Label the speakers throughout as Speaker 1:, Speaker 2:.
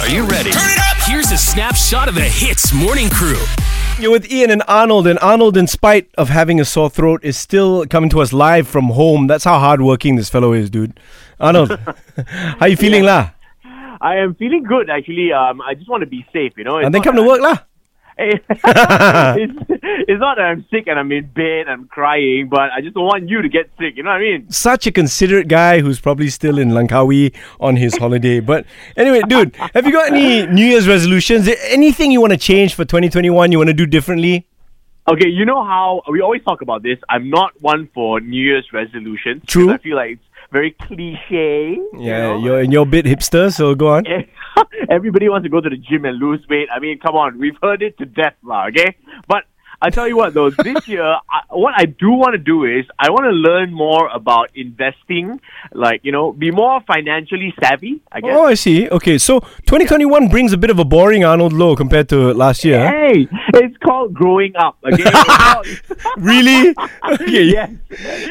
Speaker 1: Are you ready? Turn it up! Here's a snapshot of the Hits Morning Crew.
Speaker 2: You're with Ian and Arnold, and Arnold, in spite of having a sore throat, is still coming to us live from home. That's how hardworking this fellow is, dude. Arnold, how you feeling, lah?
Speaker 3: I am feeling good actually. Um, I just want to be safe, you know. It's
Speaker 2: And then
Speaker 3: not
Speaker 2: come to
Speaker 3: that-
Speaker 2: work, lah.
Speaker 3: it's, it's not that I'm sick and I'm in bed and crying, but I just don't want you to get sick. You know what I mean?
Speaker 2: Such a considerate guy who's probably still in Langkawi on his holiday. But anyway, dude, have you got any New Year's resolutions? Is there Anything you want to change for 2021? You want to do differently?
Speaker 3: Okay, you know how we always talk about this. I'm not one for New Year's resolutions. 'cause
Speaker 2: True.
Speaker 3: I feel like it's very cliche.
Speaker 2: Yeah,
Speaker 3: you know? uh,
Speaker 2: you're and you're a bit hipster, so go on.
Speaker 3: Everybody wants to go to the gym and lose weight. I mean, come on, we've heard it to death, lah. Okay, but I tell you what, though, this year, I, what I do want to do is I want to learn more about investing, like you know, be more financially savvy. I guess.
Speaker 2: Oh, I see. Okay, so 2021 brings a bit of a boring Arnold Low compared to last year.
Speaker 3: Hey, it's called growing up. Okay. It's called-
Speaker 2: Really? Okay.
Speaker 3: yes.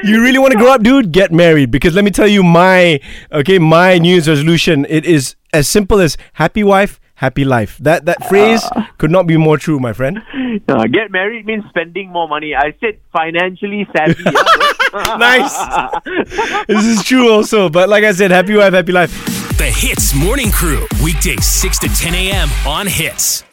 Speaker 2: You really want to grow up, dude? Get married. Because let me tell you my okay, my New Year's resolution. It is as simple as happy wife, happy life. That that phrase could not be more true, my friend.
Speaker 3: Uh, get married means spending more money. I said financially savvy. yeah, bro.
Speaker 2: Nice. this is true also. But like I said, happy wife, happy life.
Speaker 1: The Hits Morning Crew, weekdays 6 to 10 a.m. on Hits.